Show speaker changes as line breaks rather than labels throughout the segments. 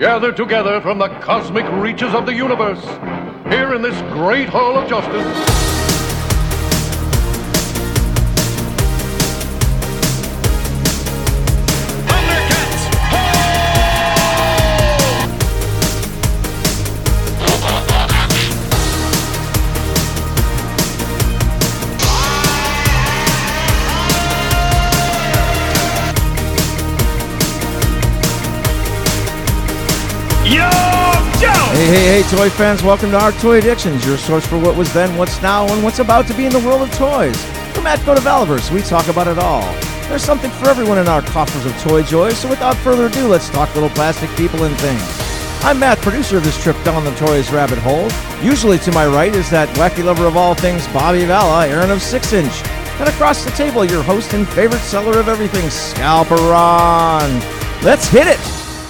Gathered together from the cosmic reaches of the universe, here in this great hall of justice.
Thundercats!
Hey, hey, hey, toy fans, welcome to Our Toy Addictions, your source for what was then, what's now, and what's about to be in the world of toys. From Atco to Valverse, we talk about it all. There's something for everyone in our coffers of toy joy, so without further ado, let's talk little plastic people and things. I'm Matt, producer of this trip down the toys rabbit hole. Usually to my right is that wacky lover of all things, Bobby Valla, Aaron of Six Inch. And across the table, your host and favorite seller of everything, Scalperon. Let's hit it!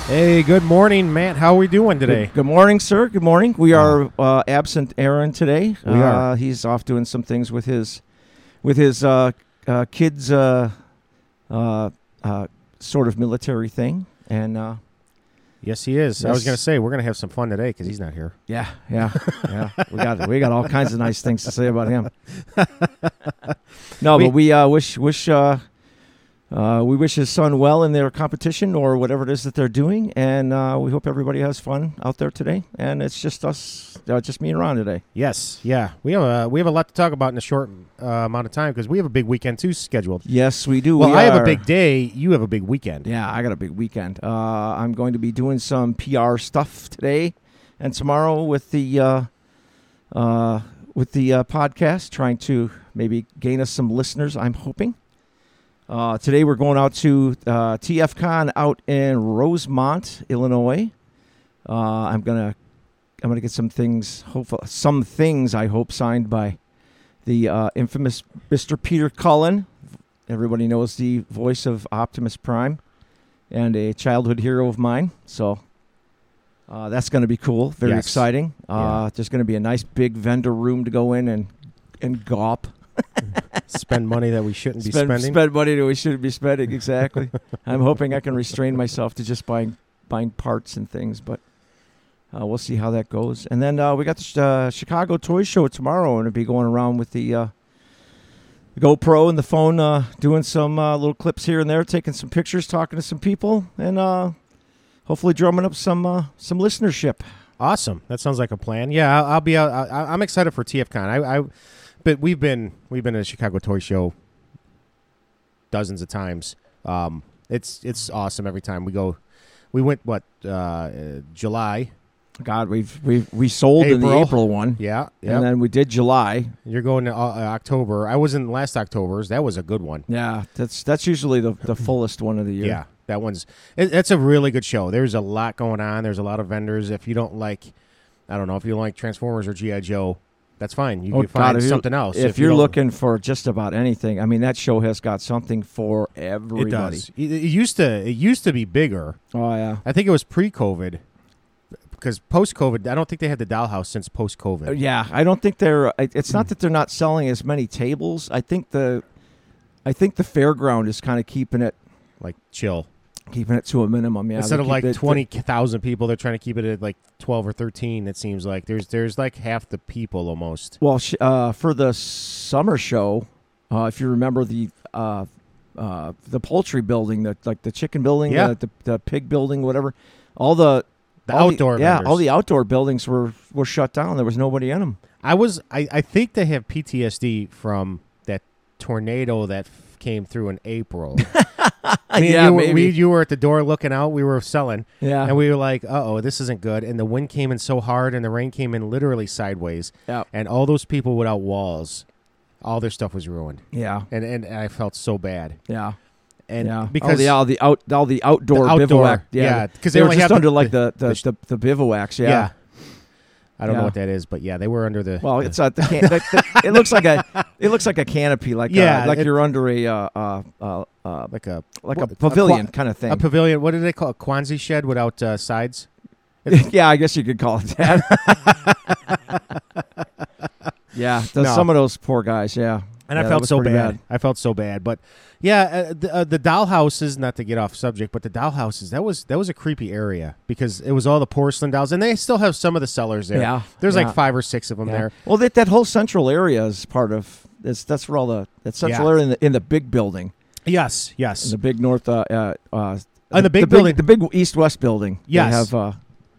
Hey, good morning, Matt. How are we doing today?
Good, good morning, sir. Good morning. We are uh, absent Aaron today.
We are.
Uh, he's off doing some things with his with his uh, uh, kids uh, uh, uh, sort of military thing. And uh,
Yes, he is. I was
Yes.
going to say we're going to have some fun today because he's not here.
yeah, yeah, yeah. We got we got all kinds of nice things to say about him. No,
We-
but we uh, wish wish uh, uh, we wish his son well in their competition or whatever it is that they're doing, and uh, we hope everybody has fun out there today. And it's just us, uh, just me and Ron today.
Yes, yeah. We have a we have a lot to talk about in a short uh, amount of time because we have a big weekend too scheduled.
Yes, we do.
Well,
We
I have a
are-
big day. You have a big weekend.
Yeah, I got a big weekend. Uh, I'm going to be doing some PR stuff today and tomorrow with the uh, uh, with the uh, podcast, trying to maybe gain us some listeners. I'm hoping. Uh, today we're going out to uh, TFCon out in Rosemont, Illinois. Uh, I'm gonna I'm gonna get some things. Hopeful some things I hope signed by the uh, infamous Mr. Peter Cullen. Everybody knows the voice of Optimus Prime and a childhood hero of mine. So uh, that's going to be cool. Very
Yes.
exciting. Uh, There's going to be a nice big vendor room to go in and and gawp.
Spend money that we shouldn't be
Spend,
spending.
spend money that we shouldn't be spending. Exactly. I'm hoping I can restrain myself to just buying buying parts and things, but uh, we'll see how that goes. And then uh, we got the sh- uh, Chicago Toy Show tomorrow, and it'll be going around with the. Uh, GoPro and the phone, uh, doing some uh, little clips here and there, taking some pictures, talking to some people, and uh, hopefully drumming up some uh, some listenership.
Awesome. That sounds like a plan. Yeah, I'll, I'll be out. I, I- I'm excited for TFCon. I, I, but we've been we've been at a Chicago Toy Show dozens of times. Um, it's it's awesome every time we go. We went what uh, uh, July?
God, we've we we sold in the
April.
April one,
Yeah,
and
yeah.
then we did July.
You're going to uh, uh, October. I was in last October's. That was a good one.
Yeah, that's that's usually the the fullest one of the year.
Yeah, that one's it, it's a really good show. There's a lot going on. There's a lot of vendors. If you don't like, I don't know, if you don't like Transformers or GI Joe, that's fine. You
Oh,
can
God,
find
if you-
something else.
If, you're
don't-
looking for just about anything, I mean, that show has got something for
it
everybody.
does. It, it used to it used to be bigger.
Oh yeah.
I think it was pre-COVID because post-COVID, I don't think they had the dollhouse since post-COVID.
Uh, Yeah, I don't think they're. I- It's not that they're not selling as many tables. I think the, I think the fairground is kind of keeping it
Like chill.
keeping it to a minimum. Yeah,
Instead
they
of
keep
like
it-
twenty thousand people, they're trying to keep it at like twelve or thirteen. It seems like there's there's like half the people almost.
Well, sh- uh, for the summer show, uh, if you remember the uh, uh, the poultry building, the like the chicken building,
Yeah.
the, the the pig building, whatever, all the
The
all
outdoor
yeah,
vendors.
all the outdoor buildings were were shut down. There was nobody in them.
I was I, I think they have PTSD from that tornado that f- came through in April. I mean,
Yeah,
you, were-
maybe.
we you were at the door looking out. We were selling,
Yeah.
and we were like, "Uh oh, this isn't good." And the wind came in so hard, and the rain came in literally sideways,
Yeah.
and all those people without walls, all their stuff was ruined,
Yeah,
and and I felt so bad,
yeah,
and
yeah.
because
all the all the out all the outdoor,
The outdoor,
bivouac.
yeah, 'cause
they,
they
were
only
just
have the-
under like the the,
the
the, the bivouacs.
yeah.
Yeah.
I don't
Yeah.
know what that is, but yeah, they were under the
Well, it's a the can- the, the- it looks like a it looks like a canopy, like yeah,
Yeah,
like
it-
you're under a uh, uh, uh, uh,
like a
like
Well,
a
a
pavilion
qua-
kind of thing.
a pavilion. What do they call it? a Quanzi shed without uh, sides?
yeah, I guess you could call it that. yeah, the-
No.
some of those poor guys. Yeah,
And
Yeah,
I
that
felt
was
so
pretty
bad.
bad.
I felt so bad. But yeah, uh, the, uh, the dollhouses. Not to get off subject, but the dollhouses. That was that was a creepy area because it was all the porcelain dolls, and they still have some of the cellars there.
Yeah,
there's
yeah.
like five or six of them
Yeah.
there.
Well, that that whole central area is part of that's that's where all the that central
Yeah.
area in the, in the big building,
Yes,
in
yes.
the big north, uh, uh, uh
Oh, the big building.
the big east west building. they
Yes.
have uh,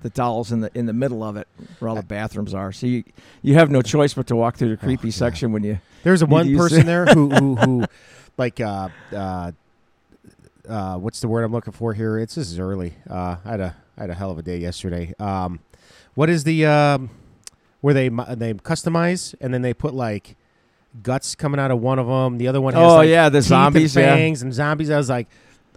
the dolls in the in the middle of it, where all the bathrooms are. So you you have no choice but to walk through the
Oh,
creepy section when you.
There's a
Need to
one
use
person there who who who like uh uh uh what's the word I'm looking for here? It's this is early. Uh I had a I had a hell of a day yesterday. Um what is the um where they mi- they customize and then they put like guts coming out of one of them. The other one has
Oh,
like,
yeah, the
teeth
zombies,
and
yeah.
fangs and zombies. I was like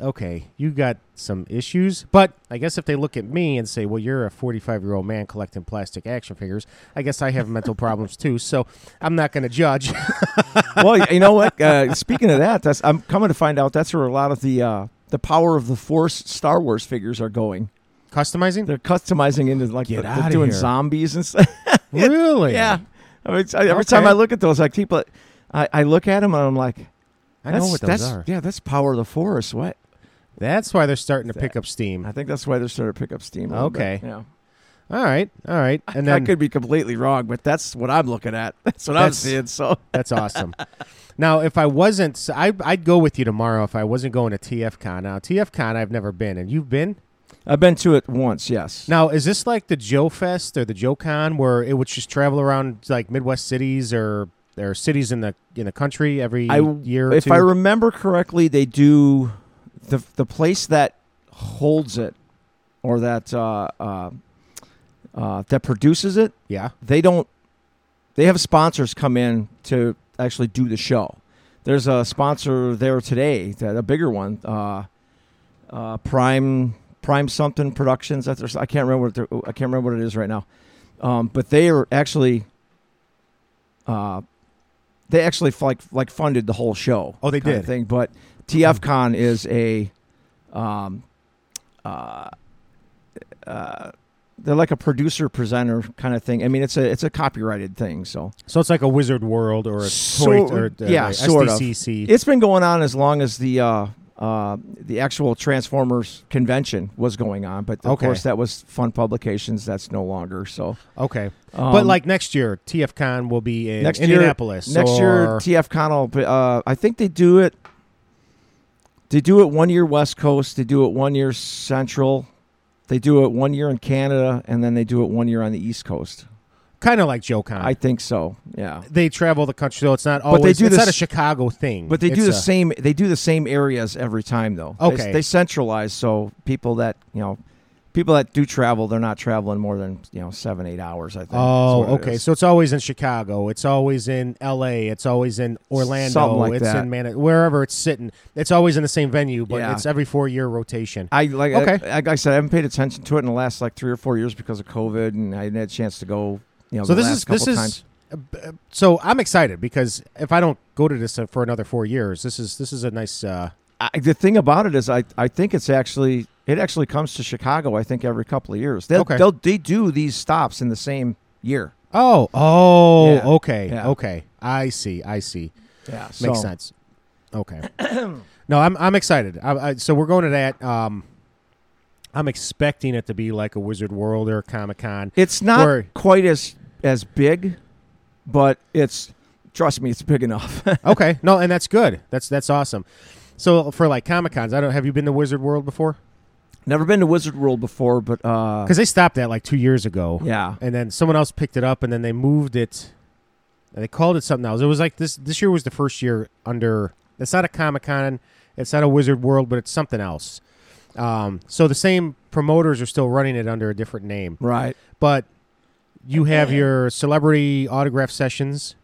Okay, you got some issues, but I guess if they look at me and say, "Well, you're a 45 year old man collecting plastic action figures," I guess I have mental problems too. So I'm not going to judge.
well, you know what? Uh, speaking of that, that's I'm coming to find out that's where a lot of the uh, the power of the force Star Wars figures are going.
Customizing?
They're customizing into like
Get
the-
outta
they're doing
here.
zombies and stuff.
really?
Yeah. I mean, it's- I- every time
Okay.
I look at those, I keep like, I, I look at them and I'm like,
I
that's,
know what those
that's,
are.
Yeah, that's Power of the Force. What?
That's why they're starting to pick up steam.
I think that's why they're starting to pick up steam. a little bit,
Okay.
Yeah.
All right, all right, and
I
then
could be completely wrong, but that's what I'm looking at. That's what I'm
That's-
seeing. So
that's awesome. Now, if I wasn't, so I, I'd go with you tomorrow if I wasn't going to TFCon. Now, TFCon, I've never been, and you've been.
I've been to it once. Yes.
Now, is this like the Joe Fest or the Joe Con, where it would just travel around like Midwest cities or or cities in the in the country every
I,
year? or
if
two?
I remember correctly, they do the the place that holds it or that uh, uh, uh, that produces it.
yeah,
They don't. They have sponsors come in to actually do the show. There's a sponsor there today, that a bigger one, uh, uh, Prime Prime something Productions. That's their- I can't remember what they're- I can't remember what it is right now. Um, but they are actually. Uh, they actually like like funded the whole show.
Oh, they
kinda
did.
thing. But TFCon is a, um, uh, uh, they're like a producer presenter kind of thing. I mean, it's a it's a copyrighted thing. So
so it's like a Wizard World or a
Sort-
toy, or, uh,
yeah,
like
sort of.
SDCC.
it's been going on as long as the uh, uh, the actual Transformers convention was going on. But of
Okay.
course, that was Fun Publications. That's no longer. So
Okay, but
Um,
like next year, TFCon will be in
next
Indianapolis.
year, next year
or-
TF Connell. Uh, I think they do it. They do it one year West Coast. They do it one year Central. They do it one year in Canada, and then they do it one year on the East Coast.
kind of like JoeCon.
I think so. Yeah.
they travel the country, though it's not
they
always.
do
it's
this-
not a Chicago thing,
But they do
It's
the
a-
same. They do the same areas every time, though. They-
Okay.
They, centralize so people that you know, people that do travel, they're not traveling more than you know seven, eight hours. I think. is what
Oh,
it
okay.
is.
So it's always in Chicago. It's always in L.A. It's always in Orlando.
Something like
it's
that.
in Man, wherever it's sitting. It's always in the same venue, but
Yeah.
it's every four-year rotation.
I like
Okay.
I, like I said, I haven't paid attention to it in the last like three or four years because of COVID, and I didn't have a chance to go. You know,
so
the
this
last
is this
couple
is.
times.
uh, b- uh, So I'm excited because if I don't go to this uh, for another four years, this is this is a nice. Uh,
I, the thing about it is, I I think it's actually it actually comes to Chicago. I think every couple of years they'll,
Okay.
they'll they do these stops in the same year.
oh, oh,
Yeah.
okay,
Yeah.
okay. I see, I see.
Yeah,
Makes sense. Okay. no, I'm I'm excited. I, I, so we're going to that. Um, I'm expecting it to be like a Wizard World or Comic Con.
It's not
Word.
quite as as big, but it's trust me, it's big enough.
okay. No, and that's good. That's that's awesome. So for like Comic Cons, I don't have you been to Wizard World before?
Never been to Wizard World before, but uh,
Because they stopped that like two years ago.
yeah,
And then someone else picked it up, and then they moved it. And they called it something else. It was like this. This year was the first year under. It's not a Comic Con. It's not a Wizard World, but it's something else. Um, so the same promoters are still running it under a different name.
right.
but you have your celebrity autograph sessions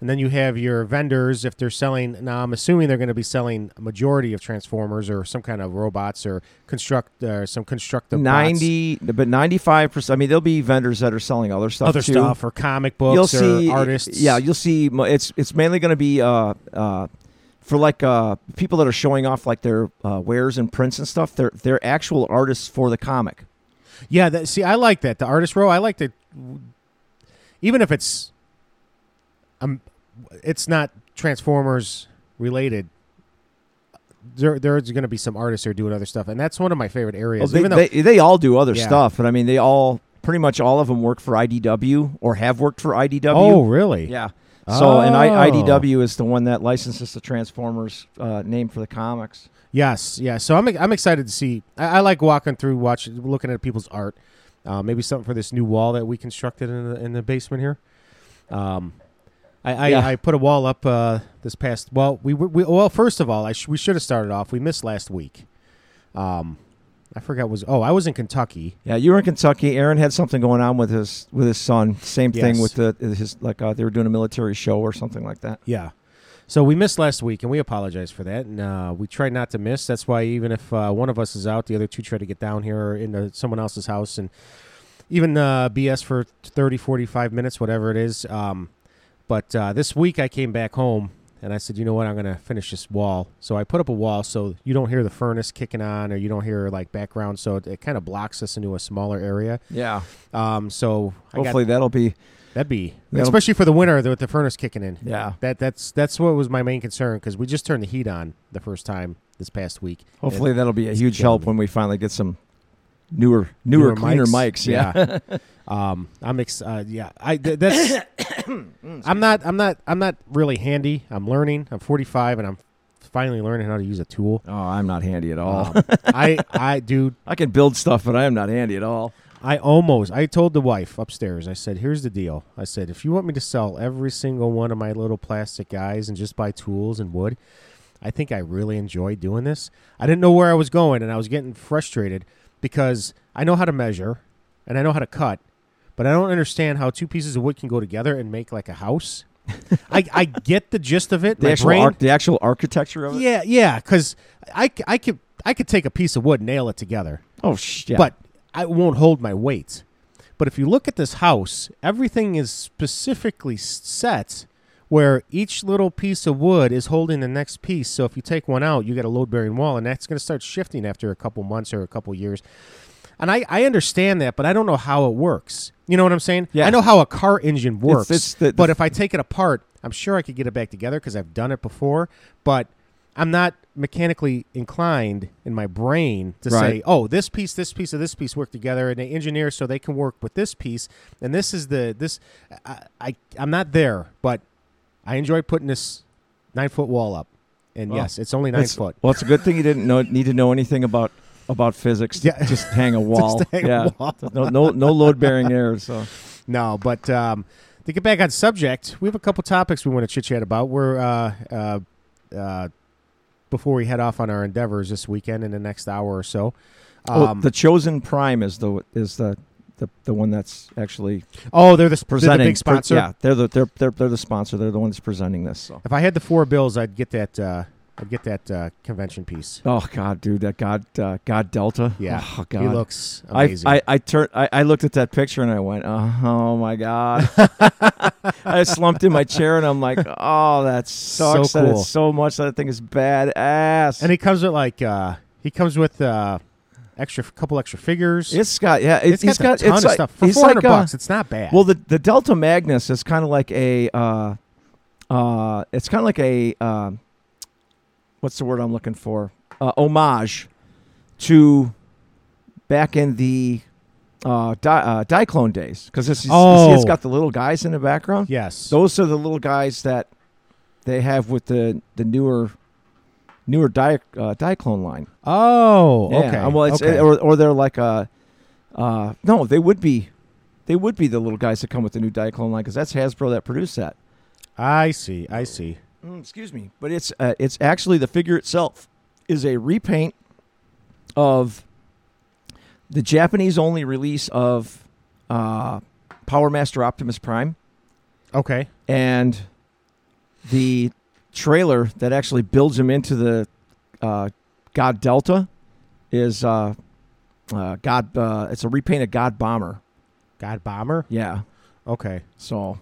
and then you have your vendors if they're selling now i'm assuming they're going to be selling a majority of transformers or some kind of robots or construct uh, some constructive bots,
Ninety, but ninety-five percent. I mean, there'll be vendors that are selling other stuff,
other
too.
stuff or comic books
you'll
or
see
artists
Yeah, you'll see. mo- It's it's mainly going to be uh, uh, for like uh, people that are showing off like their uh, wares and prints and stuff. They're they're actual artists for the comic.
yeah that, see i like that the artist row i like to even if it's um it's not Transformers related, there there's going to be some artists who are doing other stuff, and that's one of my favorite
Well,
areas.
they,
Even though,
they, they all do other
Yeah.
stuff, but I mean, they all pretty much all of them work for IDW or have worked for IDW.
oh, really?
yeah. So, and I,
Oh.
IDW is the one that licenses the Transformers uh, name for the comics.
Yes, yeah. So I'm I'm excited to see. I, I like walking through, watching, looking at people's art. Uh, maybe something for this new wall that we constructed in the in the basement here. Um, I I,
Yeah.
I put a wall up uh, this past. Well, we, we well first of all, I sh- we should have started off. We missed last week. Um, I forgot was oh I was in Kentucky.
Yeah, you were in Kentucky. Aaron had something going on with his with his son. Same thing
Yes.
with the his like uh, they were doing a military show or something like that.
Yeah. So we missed last week, and we apologize for that. And uh, we try not to miss. That's why even if uh, one of us is out, the other two try to get down here or into someone else's house and even uh, BS for 30, 45 minutes, whatever it is. Um, but uh, this week I came back home and I said, you know what, I'm going to finish this wall. So I put up a wall so you don't hear the furnace kicking on or you don't hear like background. So it, it kind of blocks us into a smaller area.
Yeah,
Um, so I got-
hopefully that'll be
that'd be,
That'll-
especially for the winter with the furnace kicking in.
yeah.
That that's that's what was my main concern because we just turned the heat on the first time this past week.
Hopefully that'll be a
it's
huge
killing
help
me.
when we finally get some newer, newer, cleaner mics. Yeah.
yeah. um, I'm ex- uh, yeah. I th- that's I'm not I'm not I'm not really handy. I'm learning. I'm 45 and I'm finally learning how to use a tool.
Oh, I'm not handy at all.
Um, I I dude
I can build stuff, but I am not handy at all.
I almost I told the wife upstairs. I said, "Here's the deal." I said, "If you want me to sell every single one of my little plastic guys and just buy tools and wood, I think I really enjoy doing this. I didn't know where I was going and I was getting frustrated because I know how to measure and I know how to cut, but I don't understand how two pieces of wood can go together and make like a house. I, I get the gist of it.
The
My
actual
brain-
arch- the actual architecture of it.
yeah, yeah, because I, c- I could I could take a piece of wood, and nail it together
Oh sh- yeah.
but I won't hold my weight. But if you look at this house, everything is specifically s- set where each little piece of wood is holding the next piece. So if you take one out, you got a load bearing wall, and that's going to start shifting after a couple months or a couple years. And I, I understand that, but I don't know how it works. You know what I'm saying?
Yeah.
I know how a car engine works,
it's the-
but
the-
if I take it apart, I'm sure I could get it back together because I've done it before. But I'm not mechanically inclined in my brain to
Right.
say, oh, this piece, this piece, and this piece work together, and they engineer so they can work with this piece. And this is the this. I, I I'm not there, but I enjoy putting this nine foot wall up. And
Well,
yes, it's only nine
It's-
foot.
Well, it's a good thing you didn't know need to know anything about about physics. to
Yeah.
Just hang a wall.
hang a
yeah.
wall.
No no no load bearing there. So
No, but um, to get back on subject, we have a couple topics we want to chit chat about. We're uh, uh, uh, before we head off on our endeavors this weekend in the next hour or so.
Oh,
Um,
the chosen prime is the is the the, the one that's actually
oh, they're the, s- they're the
presenting.
big sponsor.
Yeah, they're the they're, they're they're the sponsor. They're the one that's presenting this. So.
If I had the four bills, I'd get that. Uh, I'd get that uh, convention piece.
Oh God, dude, that God uh, God Delta.
Yeah,
Oh God.
he looks
I,
amazing.
I, I turned I, I looked at that picture and I went, oh, oh my God. I slumped in my chair and I'm like, oh, that sucks.
So
that
cool.
it's so much that thing is badass.
and he comes with like uh, he comes with uh, extra couple extra figures.
it's got yeah, it,
it's got,
he's got
a ton
it's
of
like-
stuff for
he's
four hundred
like, uh,
bucks. It's not bad.
Well, the the Delta Magnus is kind of like a uh, uh, it's kind of like a uh, what's the word I'm looking for? Uh, homage to back in the uh, di- uh, Diaclone days because it's, it's- it's
Oh.
got the little guys in the background.
yes,
Those are the little guys that they have with the the newer newer Di- uh, Diaclone line.
Oh,
Yeah.
okay.
uh, Well, it's,
okay.
or or they're like a, uh, no, they would be, they would be the little guys that come with the new Diaclone line because that's Hasbro that produced that.
I see. I see.
Mm, excuse me, but it's uh, it's actually the figure itself is a repaint of the Japanese only release of uh, Power Master Optimus Prime
Okay.
and the trailer that actually builds him into the uh, God Delta is uh, uh, God. Uh, it's a repaint of God Bomber.
God bomber.
Yeah,
Okay.
so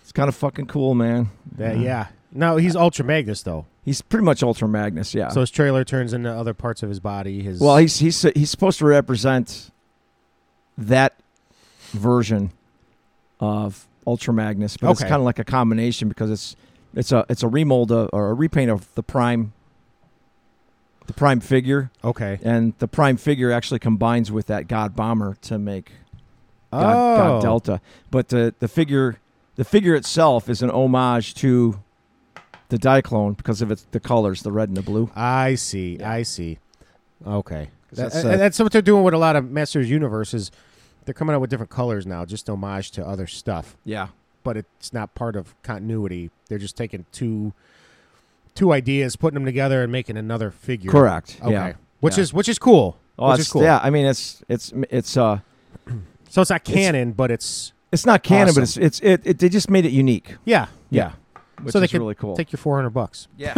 it's kind of fucking cool, man.
That, yeah. No, he's Ultra Magnus though.
He's pretty much Ultra Magnus. Yeah.
So his trailer turns into other parts of his body. His
well, he's he's he's supposed to represent that version of Ultra Magnus, but it's
Okay.
kind of like a combination because it's It's a it's a remold uh, or a repaint of the prime the prime figure,
Okay.
and the prime figure actually combines with that God bomber to make
Oh.
God, God Delta. But the the figure the figure itself is an homage to the Diaclone because of its the colors, the red and the blue.
I see. I see. Okay.
'Cause
That-
that's,
and
uh,
that's what they're doing with a lot of Masters universes. They're coming out with different colors now, just homage to other stuff,
Yeah.
but it's not part of continuity. They're just taking two two ideas, putting them together, and making another figure.
Correct.
Okay.
Yeah.
Which
Yeah.
is which is cool.
Oh,
which
it's,
is cool.
yeah. I mean, it's it's it's uh
So it's not canon, but it's
it's not canon, but it's
Awesome.
it's it, it they just made it unique.
yeah,
Yeah. Which
so they
is
could
really cool.
Take your four hundred bucks.
Yeah.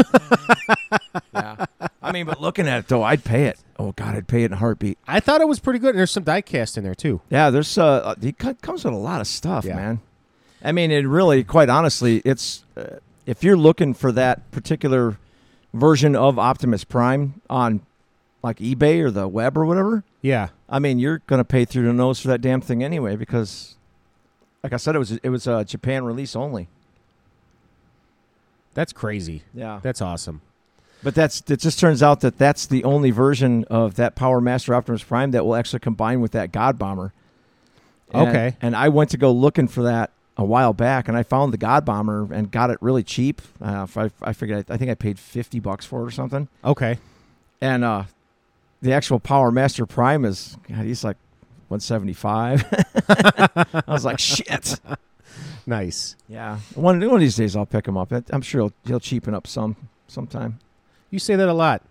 yeah. I mean, but looking at it though, I'd pay it. Oh God, I'd pay it in a heartbeat.
I thought it was pretty good, and there's some diecast in there too.
Yeah, there's uh, he co- comes with a lot of stuff,
Yeah.
man. I mean, it really, quite honestly, it's uh, if you're looking for that particular version of Optimus Prime on like eBay or the web or whatever,
Yeah,
I mean, you're gonna pay through the nose for that damn thing anyway because, like I said, it was it was a Japan release only.
that's crazy.
Yeah,
That's awesome.
But that's it. Just turns out that that's the only version of that Power Master Optimus Prime that will actually combine with that God Bomber. And-
Okay.
And I went to go looking for that a while back, and I found the God Bomber and got it really cheap. Uh, if I I forget. I think I paid fifty bucks for it or something.
Okay,
And uh, the actual Power Master Prime is God, he's like one seventy five. I was like, shit.
nice.
Yeah. One one of these days I'll pick him up. I'm sure he'll, he'll cheapen up some sometime.
You say that a lot.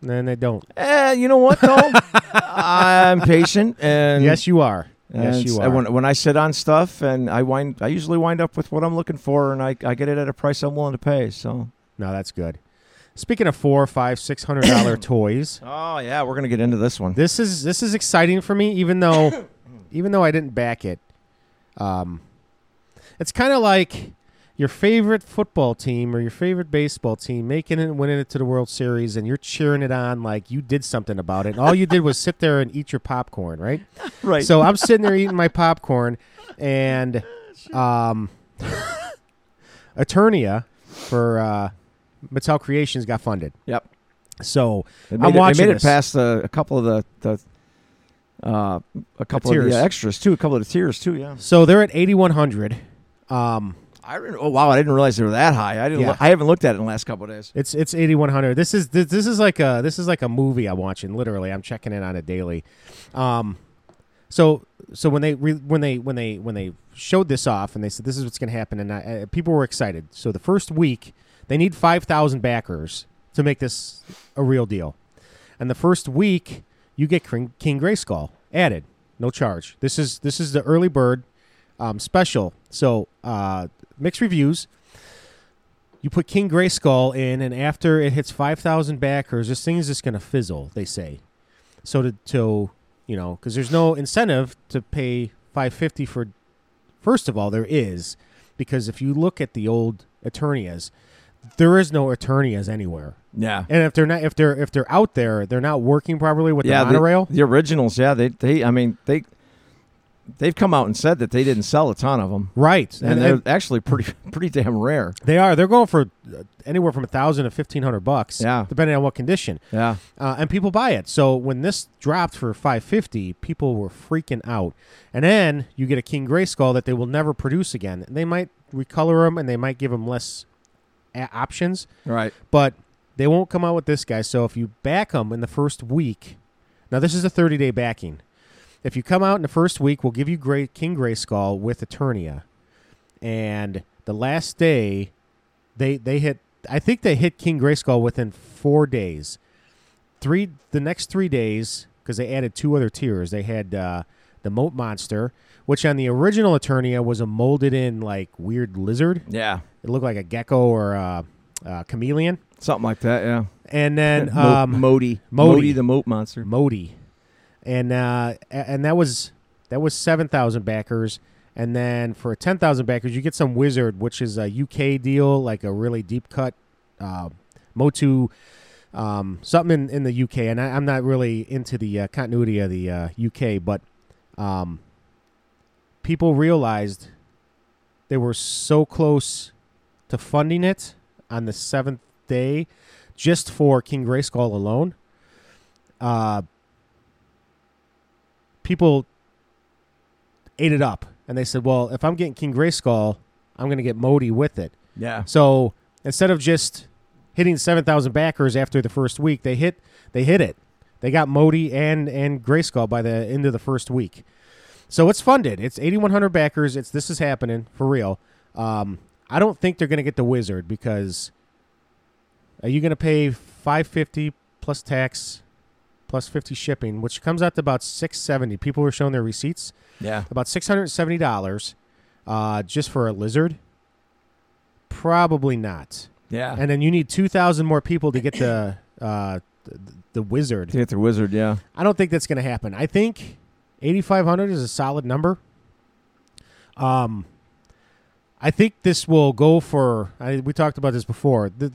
And then they don't.
Eh, you know what though? I'm patient, and
yes, you are. yes,
and
you
I-
are.
When, when I sit on stuff, and I wind, I usually wind up with what I'm looking for, and I, I get it at a price I'm willing to pay. So.
no, that's good. Speaking of four, five, six hundred dollar toys,
Oh yeah, we're gonna get into this one.
this is this is exciting for me. Even though, even though I didn't back it, um, it's kind of like your favorite football team or your favorite baseball team making it, and winning it to the World Series, and you're cheering it on like you did something about it. And all you did was sit there and eat your popcorn, right?
Right.
So I'm sitting there eating my popcorn, and um, Eternia for uh, Mattel Creations got funded.
Yep.
So
It
I'm
made it,
watching
It made
this.
it past the, a couple of the the uh, a couple of
tiers.
the uh, extras too, a couple of the tiers too. Yeah.
so they're at 8100. Um,
I didn't, oh wow, I didn't realize they were that high. I didn't.
Yeah.
look- I haven't looked at it in the last couple of days.
it's it's 8100. This is this, this is like a this is like a movie I'm watching. Literally, I'm checking in on it daily. Um, so so when they re, when they when they when they showed this off and they said this is what's going to happen and I, uh, people were excited. So the first week they need 5,000 backers to make this a real deal. And the first week you get King, King Grayskull added, no charge. This is this is the early bird um, special. So uh, mixed reviews. You put King Grayskull in, and after it hits 5,000 backers, this thing is just going to fizzle. They say so to, to you know because there's no incentive to pay 550 for first of all there is because if you look at the old eternias there is no eternias anywhere
Yeah.
and if they're not if they're if they're out there they're not working properly with
yeah,
the monorail
The, originals, yeah, they they I mean they they've come out and said that they didn't sell a ton of them,
right
and, they're actually pretty pretty damn rare.
they are they're going for uh, anywhere from a thousand to 1500 bucks
Yeah.
depending on what condition
Yeah,
uh, and people buy it. So when this dropped for 550, people were freaking out. And then you get a King Grayskull that they will never produce again. They might recolor him and they might give him less a- options,
right.
but they won't come out with this guy. So if you back him in the first week, now this is a 30 day backing. If you come out in the first week, we'll give you Gray, King Grayskull with Eternia. And the last day, they they hit. I think they hit King Grayskull within four days. Three the next three days because they added two other tiers. They had uh, the Moat Monster, which on the original Eternia was a molded in like weird lizard.
Yeah,
It looked like a gecko or a, a chameleon.
something like that. Yeah,
And then
Mo-
um,
Modi,
Modi.
Modi, the moat monster.
Modi, and uh, a- and that was that was seven thousand backers, and then for ten thousand backers, you get some wizard, which is a UK deal, like a really deep cut uh, Motu. Um, something in, in the UK, and I, I'm not really into the uh, continuity of the uh, UK, but um, people realized they were so close to funding it on the seventh day, just for King Grayskull alone. Uh, people ate it up, and they said, "Well, if I'm getting King Grayskull, I'm going to get Modi with it."
Yeah.
So instead of just hitting seven thousand backers after the first week, they hit they hit it. They got Modi and and Grayskull by the end of the first week. So it's funded. It's eighty one hundred backers. It's this is happening for real. Um, I don't think they're gonna get the wizard because are you gonna pay five fifty plus tax plus fifty shipping, which comes out to about six seventy. People were showing their receipts
Yeah.
about six hundred and seventy dollars uh, just for a lizard. Probably not.
Yeah.
And then you need two thousand more people to get the uh, the, the
to
wizard.
get the wizard, yeah.
I don't think that's going to happen. I think eighty five hundred is a solid number. Um, I think this will go for. I, we talked about this before. The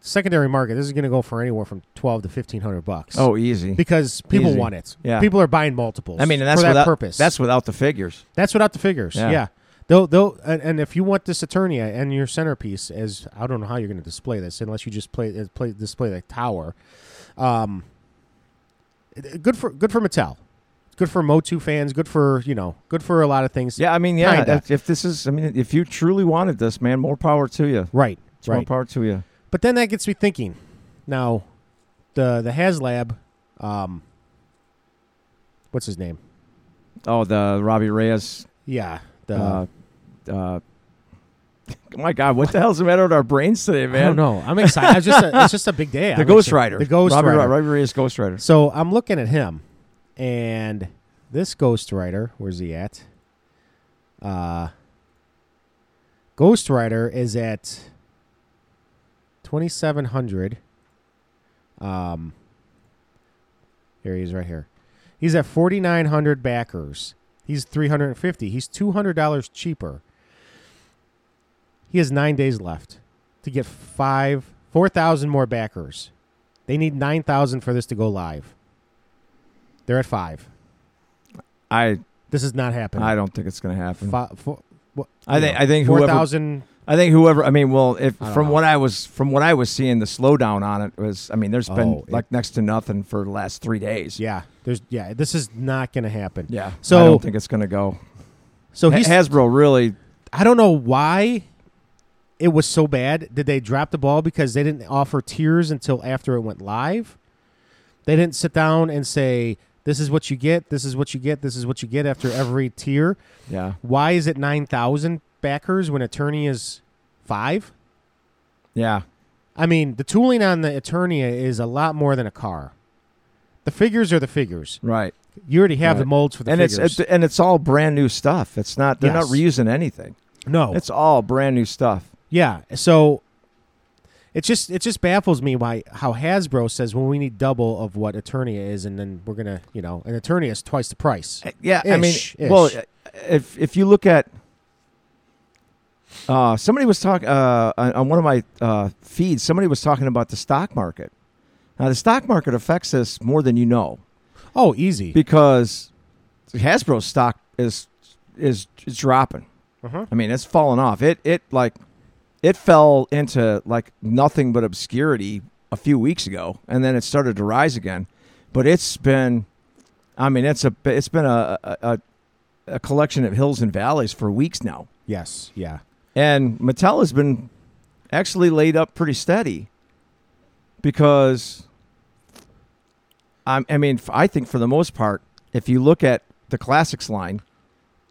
secondary market. This is going to go for anywhere from twelve to fifteen hundred bucks.
Oh, easy.
Because people
easy.
want it.
Yeah.
People are buying multiples.
I mean, and that's
for that
without
purpose.
That's without the figures.
That's without the figures.
Yeah.
Yeah. They'll, they'll, and, and if you want this Eternia and your centerpiece as I don't know how you're going to display this unless you just play, uh, play display the tower. Um, it- it- good for good for Mattel, good for Motu fans, good for you know, good for a lot of things.
Yeah, I mean, yeah.
Kinda.
If, if this is, I mean, if you truly wanted this, man, more power to you.
Right.
It's More
Right.
power to you.
But then that gets me thinking. Now, the the HasLab, um, what's his name?
Oh, the Robbie Reyes.
Yeah. The,
Uh, uh, my God, what the hell's the matter with our brains today, man?
I don't know. I'm excited. It's just a, it's just a big day.
The
I'm
Ghost
excited.
Rider.
The Ghost
Robbie,
Rider.
Robbie Reyes Ghost Rider.
So I'm looking at him, and this Ghost Rider, where's he at? Uh, Ghost Rider is at 2,700. Um, here he is right here. He's at 4,900 backers. He's 350. He's $200 cheaper. He has nine days left to get five, 4,000 more backers. They need 9,000 for this to go live. They're at five.
I
This is not happening.
I don't think it's going to happen.
Fi- four, what,
I think I think whoever
4,000.
I think whoever I mean, well, if
I don't
from
know.
what I was from what I was seeing, the slowdown on it was I mean, there's been
Oh, it-
like next to nothing for the last three days.
Yeah. There's, yeah. This is not going to happen.
yeah. So I
So-
don't think it's going to go.
So
Ha-
he's,
Hasbro really.
I don't know why it was so bad. Did they drop the ball because they didn't offer tiers until after it went live? They didn't sit down and say, this is what you get. This is what you get. This is what you get after every tier.
Yeah.
Why is it 9,000 backers when attorney is five?
Yeah.
I mean, the tooling on the Eternia is a lot more than a car. The figures are the figures.
Right.
You already have the
Right.
molds for the
and
figures.
it's it, and it's all brand new stuff. It's not they're not
Yes. Oh.
reusing anything.
no,
It's all brand new stuff.
yeah. So it just it just baffles me why how Hasbro says well we need double of what Eternia is, and then we're gonna you know an Eternia is twice the price.
Uh, Yeah, I mean,
Ish,
well,
ish.
if if you look at, uh, somebody was talking uh, on on one of my uh, feeds. Somebody was talking about the stock market. Now, the stock market affects this more than you know
Oh, easy.
because Hasbro's stock is is, is dropping.
Uh-huh.
I mean, it's falling off. It it like it fell into like nothing but obscurity a few weeks ago, and then it started to rise again. But it's been, I mean, it's a it's been a a, a, a collection of hills and valleys for weeks now.
yes, yeah,
And Mattel has been actually laid up pretty steady because I'm- I mean, f- I think for the most part, if you look at the classics line,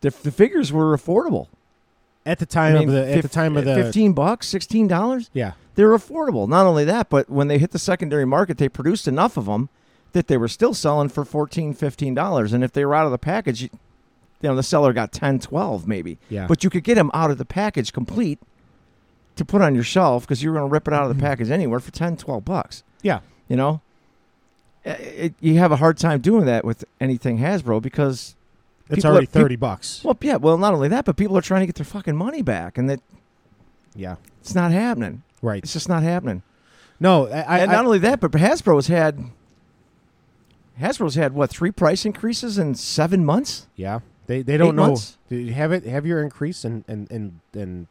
the, the figures were affordable.
at the time
I mean,
of the at the
fif- uh,
time of the
fifteen bucks, sixteen dollars,
yeah
they're affordable. Not only that, but when they hit the secondary market, they produced enough of them that they were still selling for 14 dollars. And if they were out of the package, you, you know, the seller got 10 12 maybe.
Yeah.
But you could get them out of the package complete to put on your shelf because you were going to rip it out of the package anywhere for 10 12 bucks.
yeah
You know, I- it, you have a hard time doing that with anything Hasbro because
it's
People
already
are- peop-
thirty bucks.
well, yeah, well, not only that, but people are trying to get their fucking money back, and that
Yeah,
it's not happening.
right.
It's just not happening.
No, I, I
and not only that, but Hasbro's had Hasbro's had what three price increases in seven months?
Yeah, they they don't know.
months?
Do you Have it. Have your increase and and and and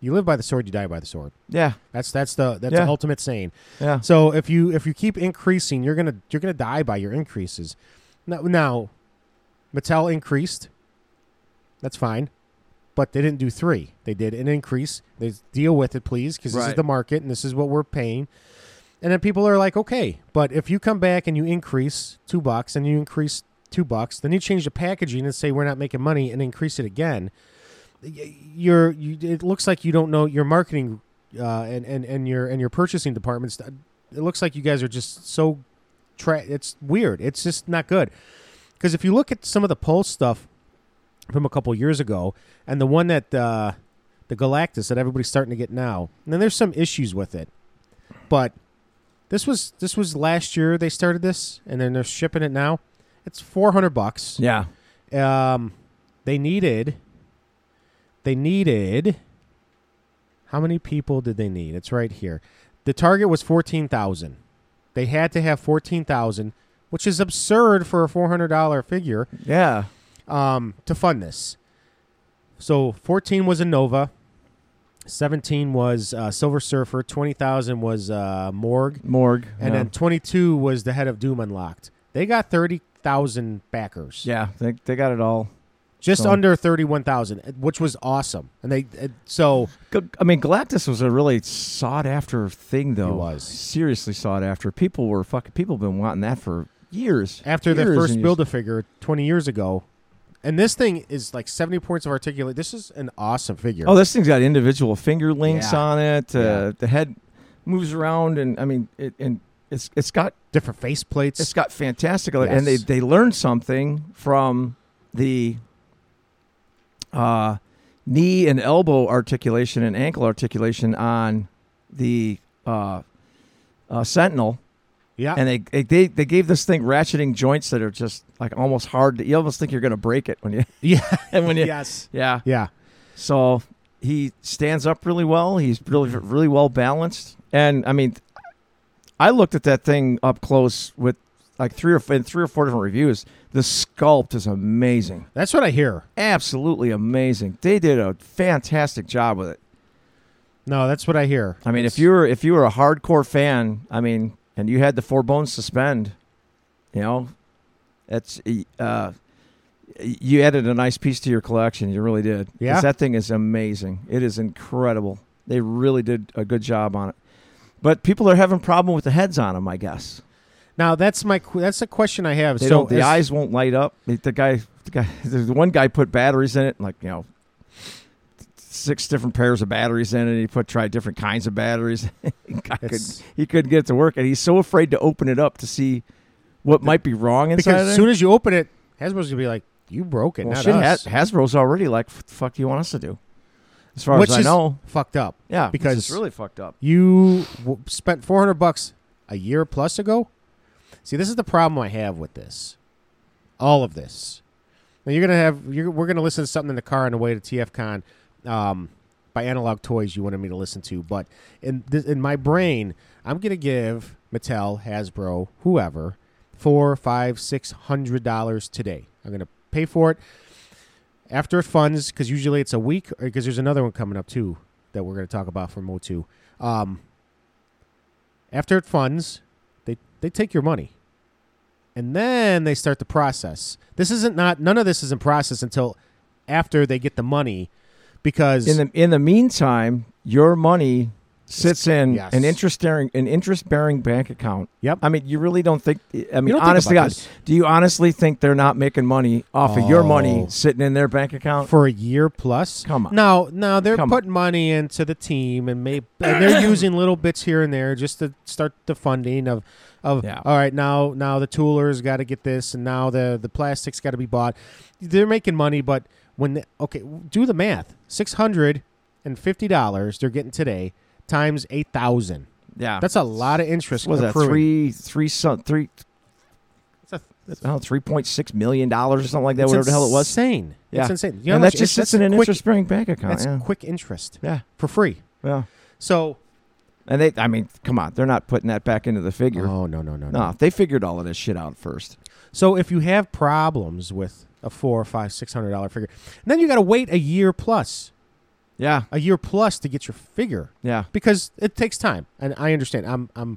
you live by the sword, you die by the sword.
Yeah.
That's that's the that's
Yeah.
the ultimate saying.
Yeah.
So if you if you keep increasing, you're gonna you're gonna die by your increases. Now, now Mattel increased. That's fine, but they didn't do three. They did an increase. They s- deal with it, please, because this is
Right.
the market and this is what we're paying. And then people are like, okay, but if you come back and you increase two bucks and you increase two bucks, then you change the packaging and say we're not making money and increase it again. y- You're you. It looks like you don't know your marketing uh, and and and your and your purchasing departments. It looks like you guys are just so. Tra- it's weird. It's just not good. Because if you look at some of the Pulse stuff from a couple years ago, and the one that uh, the Galactus that everybody's starting to get now, and then there's some issues with it, but this was this was last year they started this, and then they're shipping it now. It's four hundred bucks.
Yeah.
Um, they needed. They needed. How many people did they need? It's right here. The target was fourteen thousand. They had to have fourteen thousand, which is absurd for a four hundred dollar figure
Yeah.
um, to fund this. So 14 was Innova, 17 was uh, Silver Surfer, 20,000 was uh, Morg,
Morgue.
and
yeah.
then 22 was the head of Doom Unlocked. They got 30,000 backers.
Yeah, they, they got it all.
Just
So-
under 31,000, uh, which was awesome. And they uh, so
Gal- I mean, Galactus was a really sought after thing, though.
was.
seriously sought after. People were fucking. People have been wanting that for years.
after
years
their first
and
build a figure 20 years ago, and this thing is like 70 points of articulate. This is an awesome figure.
years. Oh, this thing's got individual finger links
Yeah.
on it. Uh,
Yeah.
The head moves around, and I mean, it, and it's it's got
different face plates.
it's got fantastic.
Yes.
And they they learned something from the uh, knee and elbow articulation and ankle articulation on the uh, uh, Sentinel.
yeah.
and they, they- they they gave this thing ratcheting joints that are just like almost hard. To, you almost think you're gonna break it when you
yeah.
and when you yeah.
yes. Yeah.
So he stands up really well. He's really really well balanced. And I mean, I looked at that thing up close with like three or in three or four different reviews. The sculpt is amazing,
That's what I hear.
absolutely amazing. They did a fantastic job with it.
No, that's what I hear.
I mean,
It's-
if you were if you were a hardcore fan, I mean, and you had the four bones suspend, you know, that's uh, you added a nice piece to your collection. You really did. 'Cause
Yeah.
that thing is amazing. It is incredible. They really did a good job on it. But people are having problem with the heads on them. I guess
now that's my qu- that's a question I have.
they
so
don't. The
as-
eyes won't light up. It- The guy, the guy, the one guy put batteries in it, like you know. Six different pairs of batteries in it. He put tried different kinds of batteries. I could
it's-
he couldn't get it to work, and he's so afraid to open it up to see what might be wrong inside.
because
of
as
it.
soon as you open it, Hasbro's gonna be like, "You broke it,
well,
not
shit,
us."
Ha- Hasbro's already like, "What the fuck do you want us to do?" As far
Which
as I
is
know,
fucked up.
yeah,
because-
it's really fucked up.
You w- spent four hundred bucks a year plus ago. See, this is the problem I have with this. All of this. Now you're gonna have you're, we're gonna listen to something in the car on the way to TFCon um, by Analog Toys. You wanted me to listen to, but in th- in my brain, I'm gonna give Mattel, Hasbro, whoever, four, five, six hundred dollars today. I'm gonna pay for it after funds because usually it's a week because there's another one coming up too that we're gonna talk about from Motu. Um, after it funds, they they take your money and then they start the process. This isn't not none of this is in process until after they get the money, because
In the in the meantime, your money sits in
Yes.
an interest bearing an interest bearing bank account.
Yep.
I mean, you really don't think. I mean,
don't think
honestly,
about
God,
this.
do you honestly think they're not making money off of your money
Oh.
sitting in their bank account?
for a year plus.
Come on.
No, no, they're
Come on.
putting money into the team and maybe and they're using little bits here and there just to start the funding of of
Yeah.
all right, now now the tooler's got to get this and now the the plastics got to be bought. They're making money, but when they, okay, do the math. $650 they're getting today times 8,000.
yeah,
That's a lot of interest
was that
accruing.
three three some three
It's a-
oh, three point six million dollars or something like that,
it's
whatever the hell it was.
Insane. It's insane. You know how
and
much
that just
in- that's
sits in an
quick-
interest-bearing bank account.
That's
Yeah.
quick interest
yeah,
for free.
yeah.
So
And they, I mean, come on, they're not putting that back into the figure.
Oh no no no no.
No, they figured all of this shit out first.
So if you have problems with a four or five six hundred dollar figure, then you got to wait a year plus.
Yeah.
a year plus to get your figure
Yeah.
because it takes time and i understand i'm i'm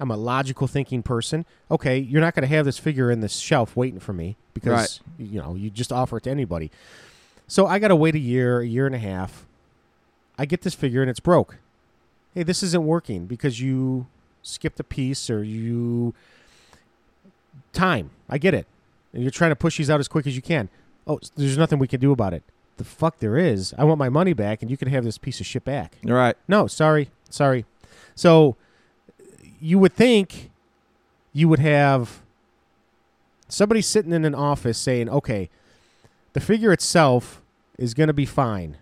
i'm a logical thinking person okay you're not going to have this figure in this shelf waiting for me because you know you just offer it to anybody so i got to wait a year a year and a half i get this figure and it's broke hey this isn't working because you skipped a piece or you time i get it and you're trying to push these out as quick as you can oh there's nothing we can do about it the fuck there is i want my money back and you can have this piece of shit back
All right.
no, sorry, sorry. So you would think you would have somebody sitting in an office saying, "Okay, the figure itself is going to be fine.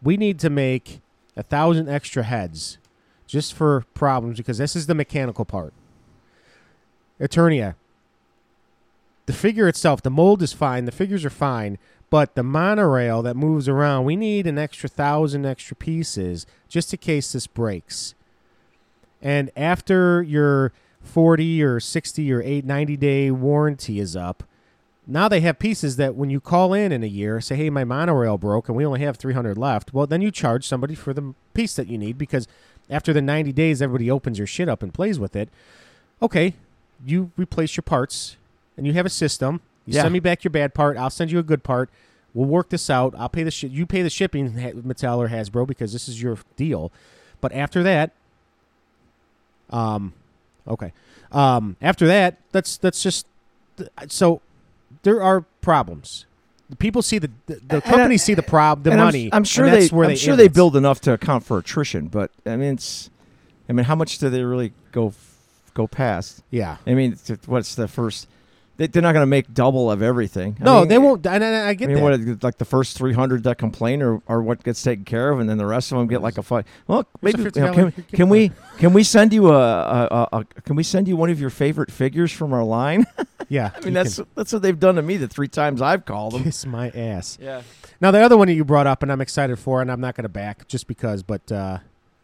We need to make a thousand extra heads just for problems because this is the mechanical part." Eternia. The figure itself, the mold is fine, the figures are fine, but the monorail that moves around, we need an extra thousand extra pieces just in case this breaks. And after your 40 or 60 or 8, 90 day warranty is up, now they have pieces that when you call in in a year, say, hey, my monorail broke and we only have 300 left, well, then you charge somebody for the piece that you need because after the 90 days, everybody opens your shit up and plays with it. Okay, you replace your parts and you have a system. You
Yeah.
send me back your bad part. I'll send you a good part. We'll work this out. I'll pay the shit. You pay the shipping, Ha- Mattel or Hasbro, because this is your deal. But after that, um, okay. Um, after that, that's that's just so there are problems. The people see the the, the companies see the problem, the
And I'm-
money.
I'm, sure
and
they.
that's where
I'm
they
sure
end.
they build enough to account for attrition, but I mean, it's. I mean, how much do they really go f- go past?
Yeah.
I mean, t- what's the first? They, they're not going to make double of everything. I
No,
mean,
they won't. And I, I get
I mean,
that.
what is- like the first 300 that complain are, are what gets taken care of, and then the rest of them get like a fight. Well,
Here's
maybe
a
you
$50
know, can,
gift
can we can we send you a, a, a, a can we send you one of your favorite figures from our line?
yeah.
I mean, that's that's what they've done to me the three times I've called them.
kiss my ass.
Yeah,
Now the other one that you brought up, and I'm excited for, and I'm not going to back just because. But uh,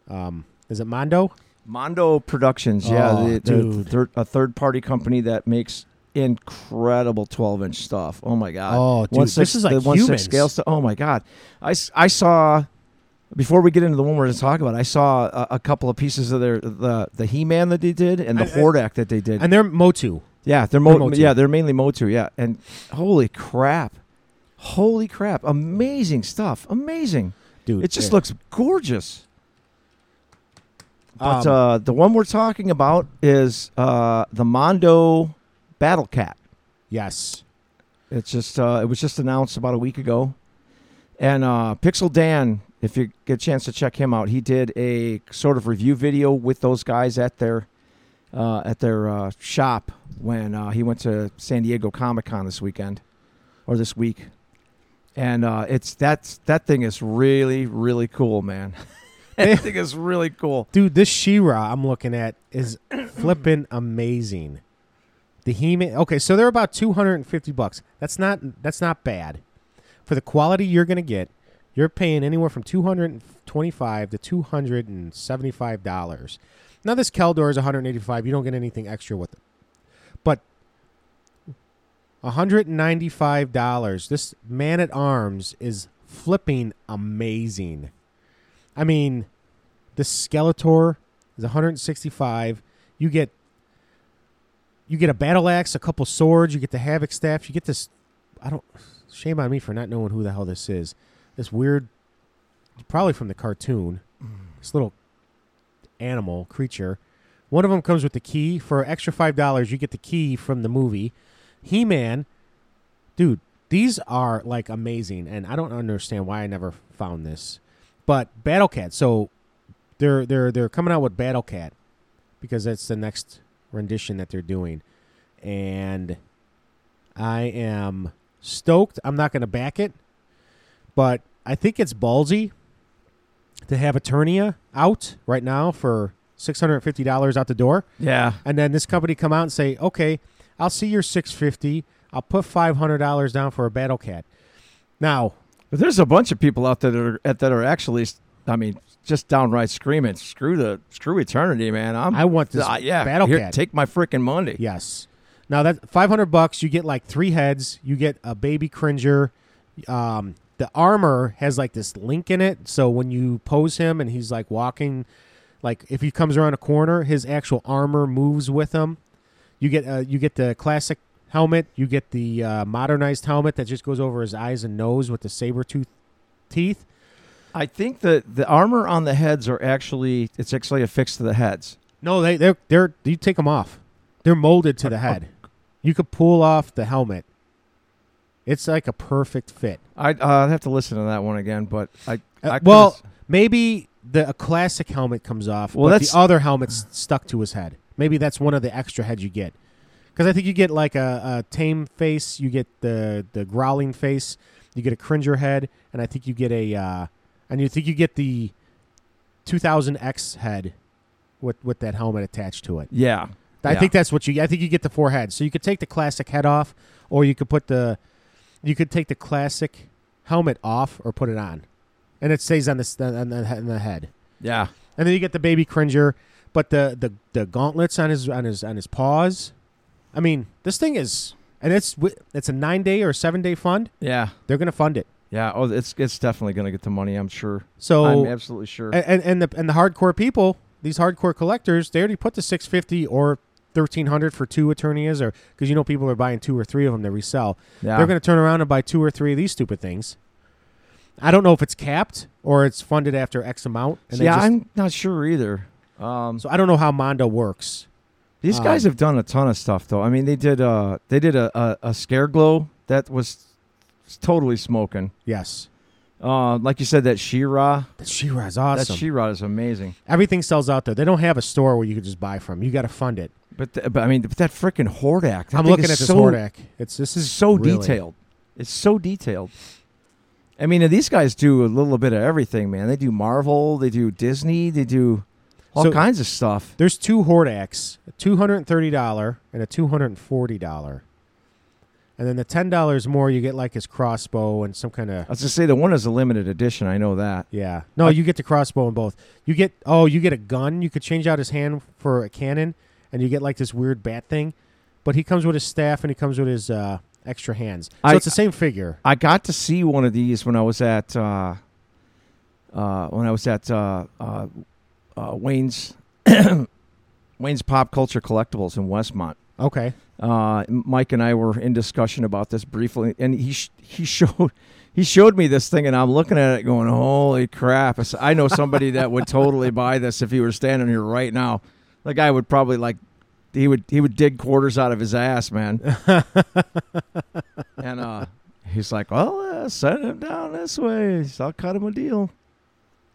um, is it Mondo?
Mondo Productions. Yeah,
Oh,
the, the
dude.
third, a third party company that makes incredible 12 inch stuff. Oh my god.
Oh, dude,
One sixth-
this is like
the one sixth
humans.
scale stuff. Oh my god. I, s- I saw before we get into the one we're going to talk about. I saw a, a couple of pieces of their the the He Man that they did and the
I- I-
Hordak that they did.
And they're Motu.
yeah, they're, mo-
they're Motu.
yeah they're mainly Motu. Yeah, and holy crap, holy crap, amazing stuff, amazing.
Dude,
It just
they're-
looks gorgeous. But
Um,
uh, the one we're talking about is uh, the Mondo Battle Cat.
yes.
It's just uh, it was just announced about a week ago, and uh, Pixel Dan, if you get a chance to check him out, he did a sort of review video with those guys at their uh, at their uh, shop when uh, he went to San Diego Comic Con this weekend or this week, and uh, it's that's that thing is really really cool, man. that thing is really cool.
Dude, this Shira I'm looking at is flipping amazing. The He-Man. Okay, so they're about 250 bucks. That's not that's not bad. For the quality you're going to get, you're paying anywhere from 225 to 275 dollars. Now this Keldor is 185. You don't get anything extra with it. But 195 dollars. This Man at Arms is flipping amazing. I mean, the Skeletor is 165. You get you get a battle axe, a couple swords, you get the havoc staff, you get this I don't shame on me for not knowing who the hell this is. This weird probably from the cartoon. This little animal creature. One of them comes with the key for extra $5 you get the key from the movie. He-Man dude, these are like amazing and I don't understand why I never found this. But Battle Cat, so they're they're they're coming out with Battle Cat because that's the next rendition that they're doing, and I am stoked. I'm not going to back it, but I think it's ballsy to have Eternia out right now for six hundred and fifty dollars out the door
Yeah,
and then this company come out and say, "Okay, I'll see your six fifty. I'll put five hundred dollars down for a Battle Cat." Now,
but there's a bunch of people out there that are that are actually, I mean, just downright screaming, "Screw the screw eternity, man!" I'm
I want this
Uh, yeah,
Battle
here,
Cat.
Take my freaking money.
Yes. Now that five hundred bucks, you get like three heads. You get a baby cringer. Um, the armor has like this link in it. So when you pose him and he's like walking, like if he comes around a corner, his actual armor moves with him. You get uh, you get the classic helmet. You get the uh, modernized helmet that just goes over his eyes and nose with the saber tooth teeth.
I think the the armor on the heads are actually it's actually affixed to the heads.
No, they they're, they're you take them off. They're molded to the head. You could pull off the helmet. It's like a perfect fit.
I'd, uh, I'd have to listen to that one again, but I,
Uh,
I
well,
couldn't-
maybe the a classic helmet comes off,
Well,
well, but
that's-
the other helmet's stuck to his head. Maybe that's one of the extra heads you get. Because I think you get like a, a tame face, you get the the growling face, you get a cringer head, and I think you get a uh, and you think you get the 2000X head with with that helmet attached to it.
yeah,
I
yeah.
think that's what you. I think you get the four heads. So you could take the classic head off, or you could put the, you could take the classic helmet off or put it on, and it stays on the s- on the, on the head.
yeah,
And then you get the baby cringer, but the, the the gauntlets on his on his on his paws. I mean, this thing is, and it's wi- it's a nine day or seven day fund.
yeah,
They're gonna fund it.
yeah. Oh, it's it's definitely going to get the money. I'm sure.
So
I'm absolutely sure.
and, and and the and the hardcore people, these hardcore collectors, they already put the six fifty or thirteen hundred for two Eternias, or because you know people are buying two or three of them to resell.
Yeah.
They're going to turn around and buy two or three of these stupid things. I don't know if it's capped or it's funded after X amount. And they
yeah,
just-
I'm not sure either. Um,
so I don't know how Mondo works.
These
Um,
guys have done a ton of stuff, though. I mean, they did uh they did a a, a scare glow that was totally smoking.
Yes,
Uh, like you said, that Shira,
that Shira is
that
awesome.
Shira is amazing.
Everything sells out there. They don't have a store where you can just buy from. You got to fund it.
But, th- but I mean, but that freaking Hordak. that
I'm
thing
looking at
is
this
so,
Hordak. It's this is
So
really-
detailed. It's so detailed. I mean, and these guys do a little bit of everything, man. They do Marvel, they do Disney, they do all
So-
kinds of stuff.
There's two Hordaks, a two hundred and thirty dollar and a two hundred and forty dollar. And then the ten dollars more you get like his crossbow and some kind
I
of
was just say the one is a limited edition. I know that.
yeah. No, you get the crossbow in both. You get oh, you get a gun. You could change out his hand for a cannon, and you get like this weird bat thing. But he comes with his staff and he comes with his uh, extra hands. So
I-
it's the same figure.
I got to see one of these when I was at uh, uh, when I was at uh, uh, uh, Wayne's Wayne's Pop Culture Collectibles in Westmont.
Okay.
Uh, Mike and I were in discussion about this briefly, and he sh- he showed he showed me this thing, and I'm looking at it going, "Holy crap!" I s- I know somebody that would totally buy this if he were standing here right now. The guy would probably like he would he would dig quarters out of his ass, man. and uh, he's like, "Well, uh, send him down this way. So I'll cut him a deal."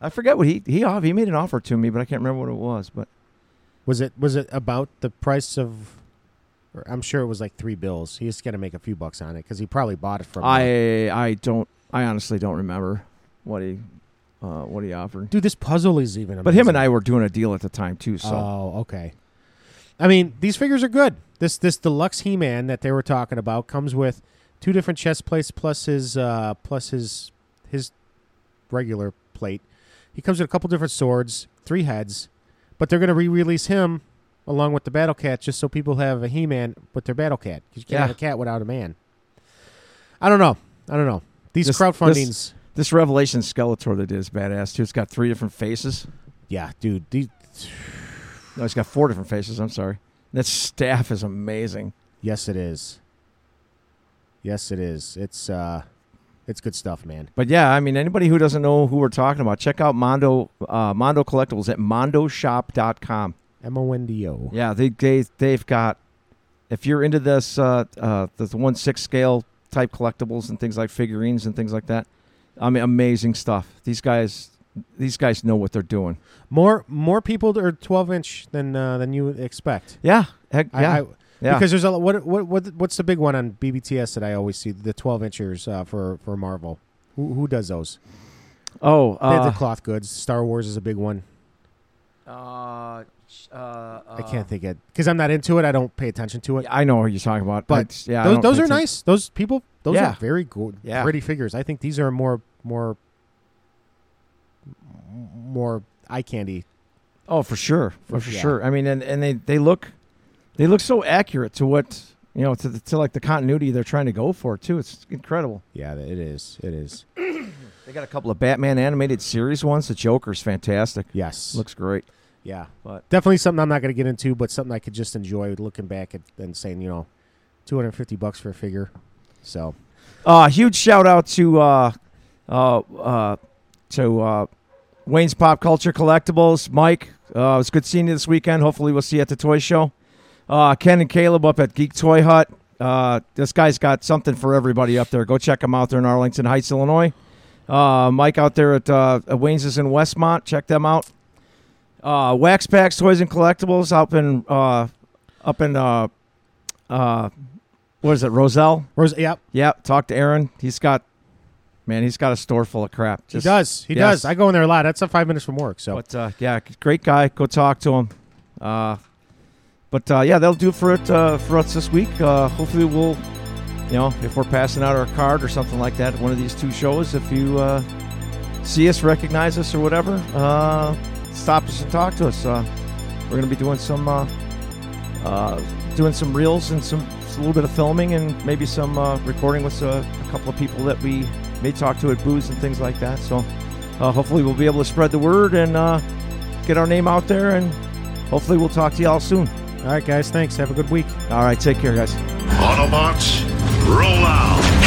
I forget what he he off- he made an offer to me, but I can't remember what it was. But
Was it was it about the price of? Or I'm sure it was like three bills. He's gonna make a few bucks on it because he probably bought it from. uh,
I I don't I honestly don't remember what he uh, what he offered.
dude, this puzzle is even.
But him
amazing.
and I were doing a deal at the time too, so
Oh, okay. I mean, these figures are good. This this deluxe He Man that they were talking about comes with two different chest plates plus his uh, plus his his regular plate. He comes with a couple different swords, three heads, but they're going to re-release him along with the Battle Cat just so people have a He Man with their Battle Cat 'cause you can't
Yeah.
have a cat without a man. I don't know. I don't know. These
This-
crowdfundings.
this- this Revelation Skeletor that is badass too. It's got three different faces.
yeah, dude. These,
No, it's got four different faces. I'm sorry. That staff is amazing.
Yes, it is. Yes, it is. It's uh, it's good stuff, man.
But yeah, I mean, anybody who doesn't know who we're talking about, check out Mondo uh, Mondo Collectibles at mondoshop.com.
M O N D O.
Yeah, they they they've got. If you're into this, uh, uh, the one six scale type collectibles and things like figurines and things like that, I mean, amazing stuff. These guys, these guys know what they're doing.
More more people are twelve inch than uh, than you would expect.
Yeah, heck,
I-
yeah,
I,
yeah.
Because there's a lot- what what what what's the big one on BBTS that I always see the twelve inchers uh, for for Marvel. Who, who does those?
oh,
They have
uh,
the cloth goods. Star Wars is a big one.
uh, sh- uh,
I can't think of because I'm not into it. I don't pay attention to it.
I know what you're talking about,
But
I- yeah, I
those
don't
those are
think-
nice. Those people those
Yeah.
are very good,
Yeah.
pretty figures. I think these are more more more eye candy.
Oh, for sure, for,
For- yeah.
sure. I mean, and, and they they look, they look so accurate to what you know to the, to like the continuity they're trying to go for too. It's incredible.
Yeah, it is. It is.
They got a couple of Batman animated series ones. The Joker's fantastic.
Yes.
Looks great.
yeah.
But-
Definitely something I'm not going to get into, but something I could just enjoy looking back at and saying, you know, 250 bucks for a figure. So
Uh, huge shout out to uh, uh, uh, to uh, Wayne's Pop Culture Collectibles, Mike. Uh, it was good seeing you this weekend. Hopefully, we'll see you at the toy show. Uh, Ken and Caleb up at Geek Toy Hut. Uh, this guy's got something for everybody up there. Go check him out there in Arlington Heights, Illinois. Uh, Mike out there at, uh, at Wayne's is in Westmont. Check them out. Uh, Wax Packs Toys and Collectibles up in uh, up in uh, uh, what is it, Roselle?
Rose, yep,
Yeah, talk to Aaron. He's got, man, he's got a store full of crap.
he
Just,
does. He
yes.
does. I go in there a lot. That's a five minutes from work. So
But uh, yeah, great guy. Go talk to him. Uh, but uh, yeah, they'll do for it uh, for us this week. Uh, hopefully, we'll, you know, if we're passing out our card or something like that at one of these two shows, if you uh, see us, recognize us, or whatever, uh, stop us and talk to us. Uh, we're gonna be doing some uh, uh, doing some reels and some a little bit of filming and maybe some uh, recording with uh, a couple of people that we may talk to at booths and things like that. So uh, hopefully we'll be able to spread the word and uh, get our name out there and hopefully we'll talk to y'all soon.
all right, guys, thanks. Have a good week.
All right, take care, guys.
Autobots, roll out.